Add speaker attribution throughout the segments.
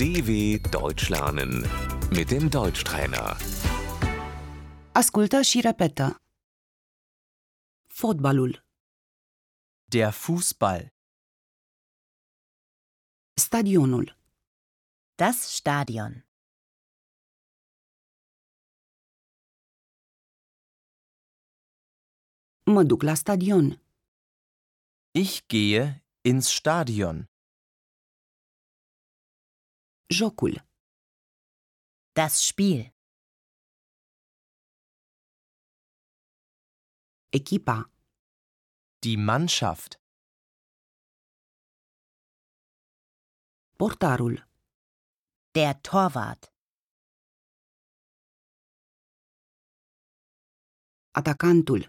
Speaker 1: DW Deutsch lernen mit dem Deutschtrainer.
Speaker 2: Ascultă și repetă. Fotbalul,
Speaker 3: Der Fußball,
Speaker 2: stadionul,
Speaker 4: Das Stadion.
Speaker 2: mă duc la stadion,
Speaker 3: ich gehe ins Stadion,
Speaker 2: jocul,
Speaker 4: Das Spiel.
Speaker 2: echipa,
Speaker 3: die Mannschaft,
Speaker 2: portarul,
Speaker 4: Der Torwart.
Speaker 2: atacantul,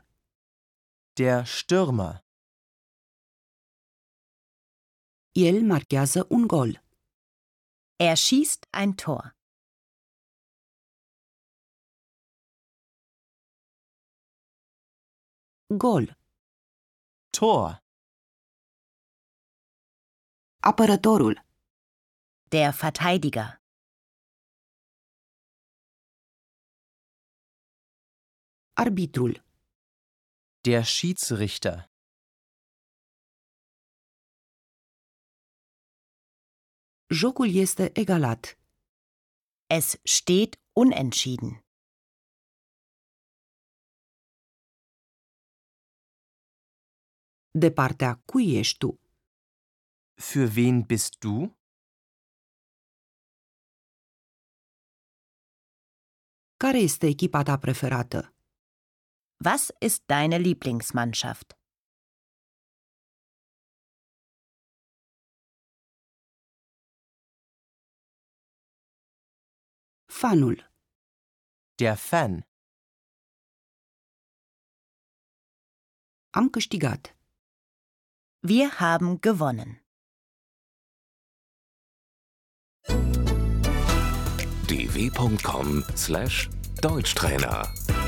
Speaker 3: der Stürmer,
Speaker 2: el marchează un gol,
Speaker 4: Er schießt ein Tor.
Speaker 2: gol,
Speaker 3: Tor,
Speaker 2: apărătorul,
Speaker 4: Der Verteidiger.
Speaker 2: arbitrul,
Speaker 3: der Schiedsrichter,
Speaker 2: jocul este egalat,
Speaker 4: Es steht unentschieden.
Speaker 2: de partea cui ești tu,
Speaker 3: für wen bist du?
Speaker 2: care este echipa ta preferată,
Speaker 4: Was ist deine Lieblingsmannschaft?
Speaker 2: fanul,
Speaker 3: Der Fan,
Speaker 2: am câștigat,
Speaker 4: Wir haben gewonnen.
Speaker 1: dw.com/deutschtrainer